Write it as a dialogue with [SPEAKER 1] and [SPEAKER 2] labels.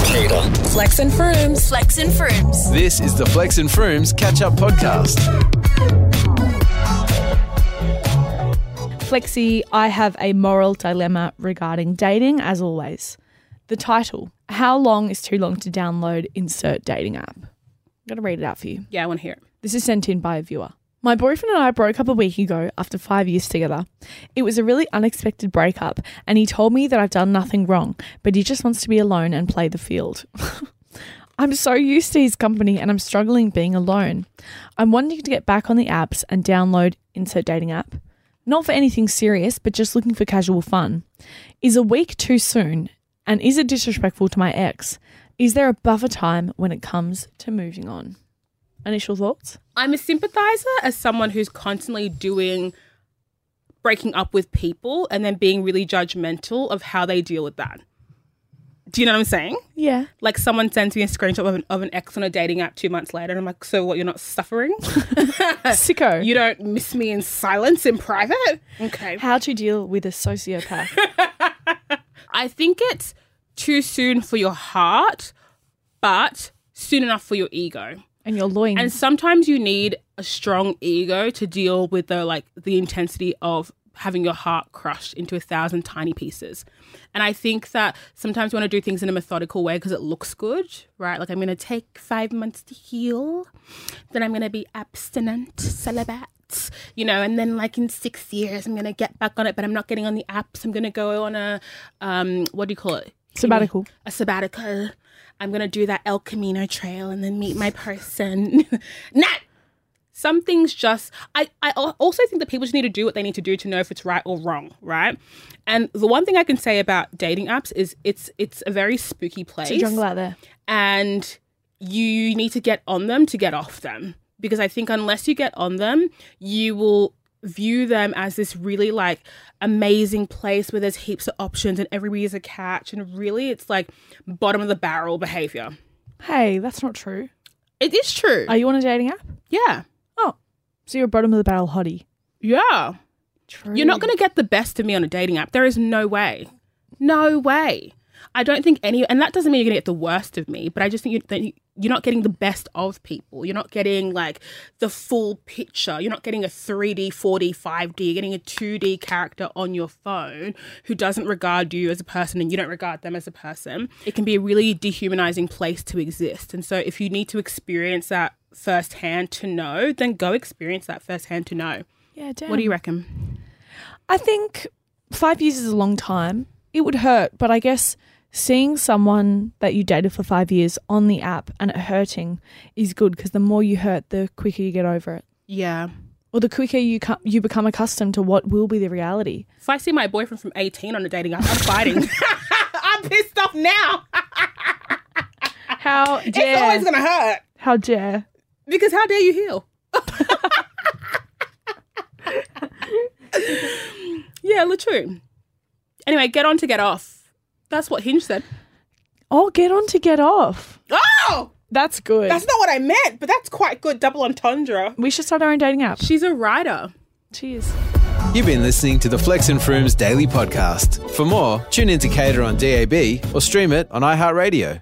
[SPEAKER 1] Central.
[SPEAKER 2] Flex and Frooms.
[SPEAKER 3] Flex and Frooms.
[SPEAKER 4] This is the Flex and Frooms Catch Up Podcast.
[SPEAKER 5] Flexi, I have a moral dilemma regarding dating, as always. The title How long is too long to download insert dating app? I'm going to read it out for you.
[SPEAKER 6] Yeah, I want to hear it.
[SPEAKER 5] This is sent in by a viewer. My boyfriend and I broke up a week ago after five years together. It was a really unexpected breakup, and he told me that I've done nothing wrong, but he just wants to be alone and play the field. I'm so used to his company and I'm struggling being alone. I'm wanting to get back on the apps and download Insert Dating app. Not for anything serious, but just looking for casual fun. Is a week too soon? And is it disrespectful to my ex? Is there a buffer time when it comes to moving on? Initial thoughts?
[SPEAKER 6] I'm a sympathizer as someone who's constantly doing breaking up with people and then being really judgmental of how they deal with that. Do you know what I'm saying?
[SPEAKER 5] Yeah.
[SPEAKER 6] Like someone sends me a screenshot of an, of an ex on a dating app two months later, and I'm like, so what? You're not suffering?
[SPEAKER 5] Sicko.
[SPEAKER 6] Uh, you don't miss me in silence in private? Okay.
[SPEAKER 5] How to deal with a sociopath.
[SPEAKER 6] I think it's too soon for your heart, but soon enough for your ego.
[SPEAKER 5] and your loins.
[SPEAKER 6] And sometimes you need a strong ego to deal with the like the intensity of having your heart crushed into a thousand tiny pieces. And I think that sometimes you want to do things in a methodical way because it looks good, right? Like I'm going to take 5 months to heal, then I'm going to be abstinent, celibate. You know, and then like in six years, I'm gonna get back on it, but I'm not getting on the apps. I'm gonna go on a, um, what do you call it?
[SPEAKER 5] Sabbatical.
[SPEAKER 6] a sabbatical. I'm going to do that El Camino trail and then meet my person. no! Some things just, I, I al- also think that people just need to do what they need to do to know if it's right or wrong, right? And the one thing I can say about dating apps is it's it's a very spooky place
[SPEAKER 5] It's a jungle out there.
[SPEAKER 6] and you need to get on them to get off them because I think unless you get on them, you will view them as this really like amazing place where there's heaps of options and everybody is a catch and really it's like bottom of the barrel behavior.
[SPEAKER 5] Hey, that's not true.
[SPEAKER 6] It is true.
[SPEAKER 5] Are you on a dating app?
[SPEAKER 6] yeah.
[SPEAKER 5] So you're a bottom of the barrel hottie.
[SPEAKER 6] Yeah.
[SPEAKER 5] True.
[SPEAKER 6] You're not going to get the best of me on a dating app. There is no way. No way. I don't think any, and that doesn't mean you're going to get the worst of me, but I just think you, that you- you're not getting the best of people. You're not getting like the full picture. You're not getting a 3D, 4D, 5D. You're getting a 2D character on your phone who doesn't regard you as a person and you don't regard them as a person. It can be a really dehumanizing place to exist. And so if you need to experience that firsthand to know, then go experience that firsthand to know.
[SPEAKER 5] Yeah, damn.
[SPEAKER 6] What do you reckon?
[SPEAKER 5] I think five years is a long time. It would hurt, but I guess seeing someone that you dated for five years on the app and it hurting is good because the more you hurt, the quicker you get over it,
[SPEAKER 6] Yeah.
[SPEAKER 5] or the quicker you co- you become accustomed to what will be the reality.
[SPEAKER 6] If I see my boyfriend from 18 on a dating app, I'm fighting. I'm pissed off now.
[SPEAKER 5] How
[SPEAKER 6] It's
[SPEAKER 5] dare?
[SPEAKER 6] always going to hurt
[SPEAKER 5] how dare?
[SPEAKER 6] because how dare you heal? yeah, true. Anyway, get on to get off. That's what Hinge said.
[SPEAKER 5] Oh, get on to get off.
[SPEAKER 6] Oh,
[SPEAKER 5] That's good.
[SPEAKER 6] that's not what I meant, but that's quite good double entendre.
[SPEAKER 5] we should start our own dating app.
[SPEAKER 6] She's a writer.
[SPEAKER 5] Cheers.
[SPEAKER 4] You've been listening to the Flex and Frooms Daily Podcast. For more, tune in to Cater on DAB or stream it on iHeartRadio.